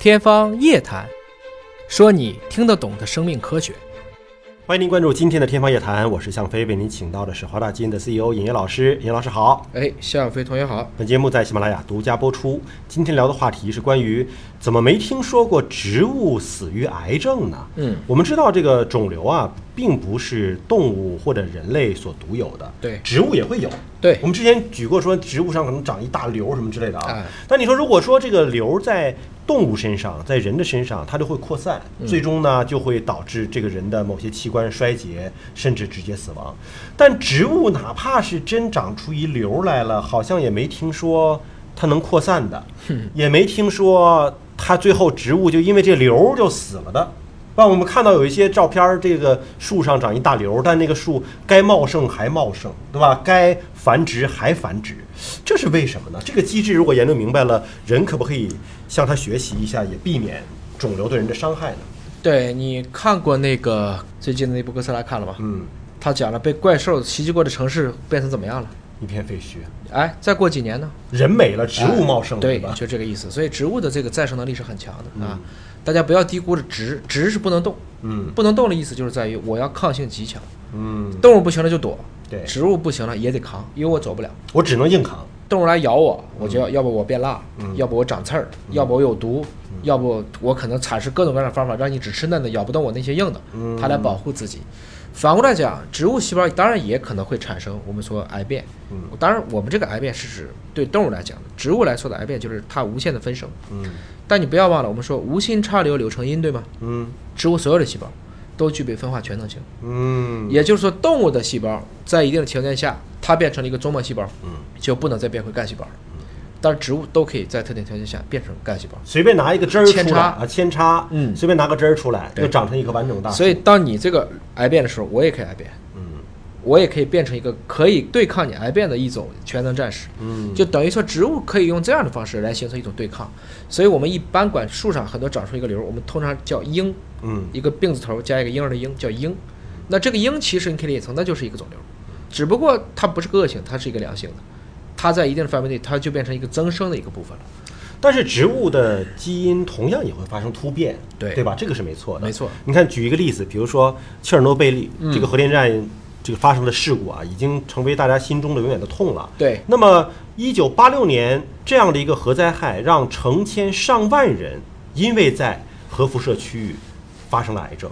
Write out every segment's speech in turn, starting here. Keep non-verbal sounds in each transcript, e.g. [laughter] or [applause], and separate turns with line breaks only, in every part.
天方夜谭，说你听得懂的生命科学。
欢迎您关注今天的《天方夜谭》，我是向飞，为您请到的是华大基因的 CEO 尹烨老师。尹老师好，
哎，向飞同学好。
本节目在喜马拉雅独家播出。今天聊的话题是关于怎么没听说过植物死于癌症呢？
嗯，
我们知道这个肿瘤啊，并不是动物或者人类所独有的，
对
植物也会有。
对
我，们之前举过说植物上可能长一大瘤什么之类的啊
哎。
但你说如果说这个瘤在动物身上，在人的身上，它就会扩散，最终呢就会导致这个人的某些器官衰竭，甚至直接死亡。但植物哪怕是真长出一瘤来了，好像也没听说它能扩散的，也没听说它最后植物就因为这瘤就死了的。让我们看到有一些照片儿，这个树上长一大瘤，但那个树该茂盛还茂盛，对吧？该繁殖还繁殖，这是为什么呢？这个机制如果研究明白了，人可不可以向它学习一下，也避免肿瘤对人的伤害呢？
对你看过那个最近的那部哥斯拉看了吗？
嗯，
他讲了被怪兽袭击过的城市变成怎么样了？
一片废墟，
哎，再过几年呢？
人没了，植物茂盛，
对
吧，？
就这个意思。所以植物的这个再生能力是很强的啊，大家不要低估了植，植是不能动，
嗯
不能动的意思就是在于我要抗性极强，
嗯，
动物不行了就躲，
对
植物不行了也得扛，因为我走不了。
我只能硬扛。
动物来咬我，我就要，要不我变辣，要不我长刺儿，要不我有毒，要不我可能产生各种各样的方法让你只吃嫩的，咬不动我那些硬的，它来保护自己。反过来讲，植物细胞当然也可能会产生我们说癌变，当然我们这个癌变是指对动物来讲的，植物来说的癌变就是它无限的分生。
嗯
但你不要忘了，我们说无心插柳柳成荫，对吗？
嗯
植物所有的细胞都具备分化全能性，
嗯
也就是说，动物的细胞在一定的条件下，它变成了一个中末细胞，
嗯，
就不能再变回干细胞了。但是植物都可以在特定条件下变成干细胞。
随便拿一个枝儿出
扦
来
插
啊，扦插，
嗯
随便拿个枝儿出来，
对
就长成一个完整的大树。
所以，当你这个癌变的时候，我也可以癌变，
嗯
我也可以变成一个可以对抗你癌变的一种全能战士。
嗯
就等于说，植物可以用这样的方式来形成一种对抗。所以我们一般管树上很多长出一个瘤，我们通常叫痈，
嗯
一个病字头加一个婴儿的婴，叫婴。那这个婴其实你可以理解成那就是一个肿瘤，只不过它不是个恶性，它是一个良性的，它在一定的范围内，它就变成一个增生的一个部分了。
但是植物的基因同样也会发生突变，
对
对吧？这个是没错的，
没错。嗯
你看，举一个例子，比如说切尔诺贝利、这个核电站这个发生的事故啊，已经成为大家心中的永远的痛了。
对
那么，一九八六年这样的一个核灾害，让成千上万人因为在核辐射区域发生了癌症，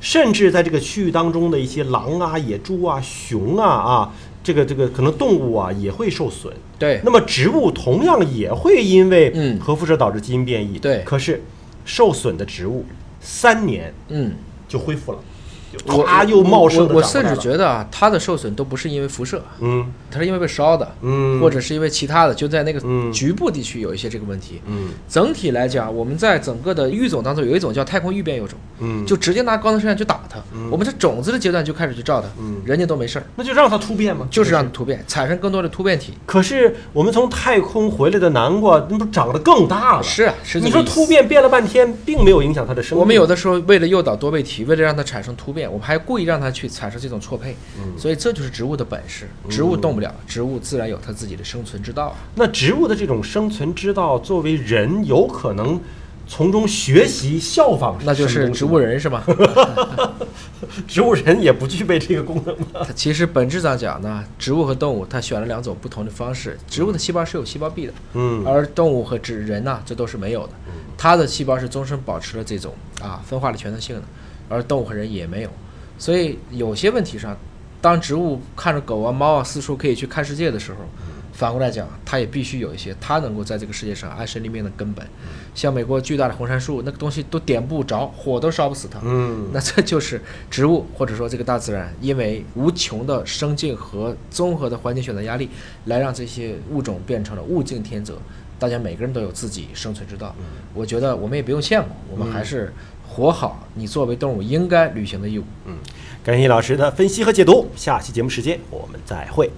甚至在这个区域当中的一些狼啊、野猪啊、熊啊啊，这个这个可能动物啊也会受损。
对
那么植物同样也会因为
嗯
核辐射导致基因变异，
对
可是受损的植物三年
嗯，
就恢复了，
我
它又茂盛
我
的
我甚至
得，
觉得啊，它的受损都不是因为辐射，
嗯
它是因为被烧的，
嗯
或者是因为其他的，就在那
嗯
个局部地区有一些这个问题。
嗯
整体来讲，我们在整个的育种当中，有一种叫太空预变幼种，
嗯，
就直接拿高能射线去打它。我们在种子的阶段就开始去照它，
嗯
人家都没事儿，
那就让它突变嘛，
就是让它突变，产生更多的突变体。
可是我们从太空回来的南瓜，那不长得更大了？
是啊是这个
你说
意思
突变变了半天，并没有影响它的生命。
我们有的时候为了诱导多倍体，为了让它产生突变，我们还故意让它去产生这种错配。
嗯
所以这就是植物的本事，植物动不了，植物自然有它自己的生存之道啊。
那植物的这种生存之道，作为人有可能从中学习效仿什么
那
东西吗，
就是植物人
[laughs]
是吧？
植物人也不具备这个功能吗？
它其实本质上讲呢，植物和动物它选了两种不同的方式。植物的细胞是有细胞壁的，
嗯
而动物和植人呢、这都是没有的。它的细胞是终身保持了这种啊分化的全能性的，而动物和人也没有。所以有些问题上，当植物看着狗啊、猫啊四处可以去看世界的时候，反过来讲，它也必须有一些它能够在这个世界上安身立命的根本。像美国巨大的红杉树，那个东西都点不着，火都烧不死它。
嗯
那这就是植物或者说这个大自然，因为无穷的生境和综合的环境选择压力，来让这些物种变成了物竞天择。大家每个人都有自己生存之道，我觉得我们也不用羡慕，我们还是活好你作为动物应该履行的义务。
嗯，感谢易老师的分析和解读，下期节目时间我们再会。